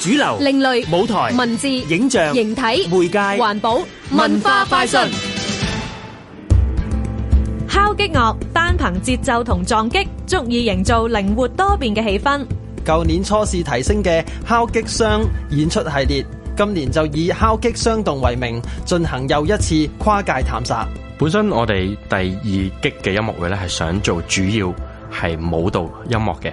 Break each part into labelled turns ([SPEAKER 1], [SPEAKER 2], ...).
[SPEAKER 1] 主流、
[SPEAKER 2] 另類
[SPEAKER 1] 舞台、
[SPEAKER 2] 文字、
[SPEAKER 1] 影像、
[SPEAKER 2] 形體、
[SPEAKER 1] 媒介、
[SPEAKER 2] 環保、
[SPEAKER 1] 文化快訊。
[SPEAKER 3] 敲擊樂單憑節奏同撞擊，足以營造靈活多變嘅氣氛。
[SPEAKER 4] 舊年初試提升嘅敲擊雙演出系列，今年就以敲擊雙動為名，進行又一次跨界探索。
[SPEAKER 5] 本身我哋第二擊嘅音樂會咧，係想做主要係舞蹈音樂嘅。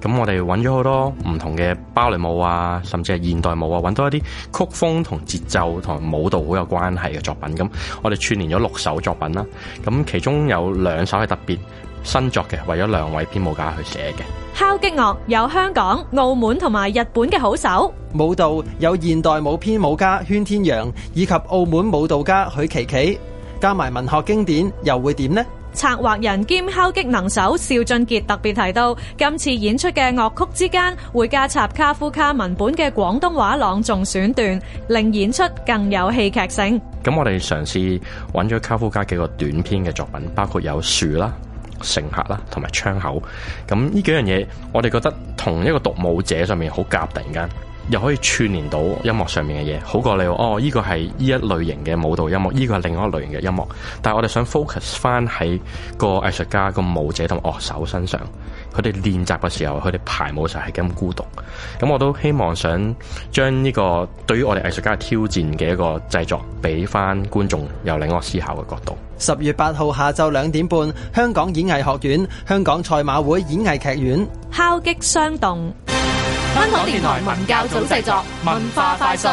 [SPEAKER 5] 咁我哋揾咗好多唔同嘅芭蕾舞啊，甚至係現代舞啊，揾到一啲曲風同節奏同舞蹈好有關係嘅作品。咁我哋串連咗六首作品啦。咁其中有兩首係特別新作嘅，為咗兩位編舞家去寫嘅。
[SPEAKER 3] 敲擊樂有香港、澳門同埋日本嘅好手。
[SPEAKER 4] 舞蹈有現代舞編舞家圈天陽以及澳門舞蹈家許琪琪，加埋文學經典又會點呢？
[SPEAKER 3] 策劃人兼敲擊能手邵俊傑特別提到，今次演出嘅樂曲之間會加插卡夫卡文本嘅廣東話朗誦選段，令演出更有戲劇性。
[SPEAKER 5] 咁我哋嘗試揾咗卡夫卡幾個短篇嘅作品，包括有樹啦、乘客啦，同埋窗口。咁呢幾樣嘢，我哋覺得同一個獨舞者上面好夾，突然間又可以串連到音樂上面嘅嘢，好過你話哦，呢個係呢一類型嘅舞蹈音樂，呢個係另外一類型嘅音樂。但係我哋想 focus 翻喺個藝術家、個舞者同樂手身上，佢哋練習嘅時候，佢哋排舞時候係咁孤獨。咁我都希望想將呢個對於我哋藝術家嘅挑戰嘅一個製作，俾翻觀眾有另一個思考嘅角度。
[SPEAKER 4] 十月八號下晝兩點半，香港演藝學院、香港賽馬會演藝劇院。
[SPEAKER 3] 敲擊雙動。
[SPEAKER 2] 香港電台文教組製作，文化快訊。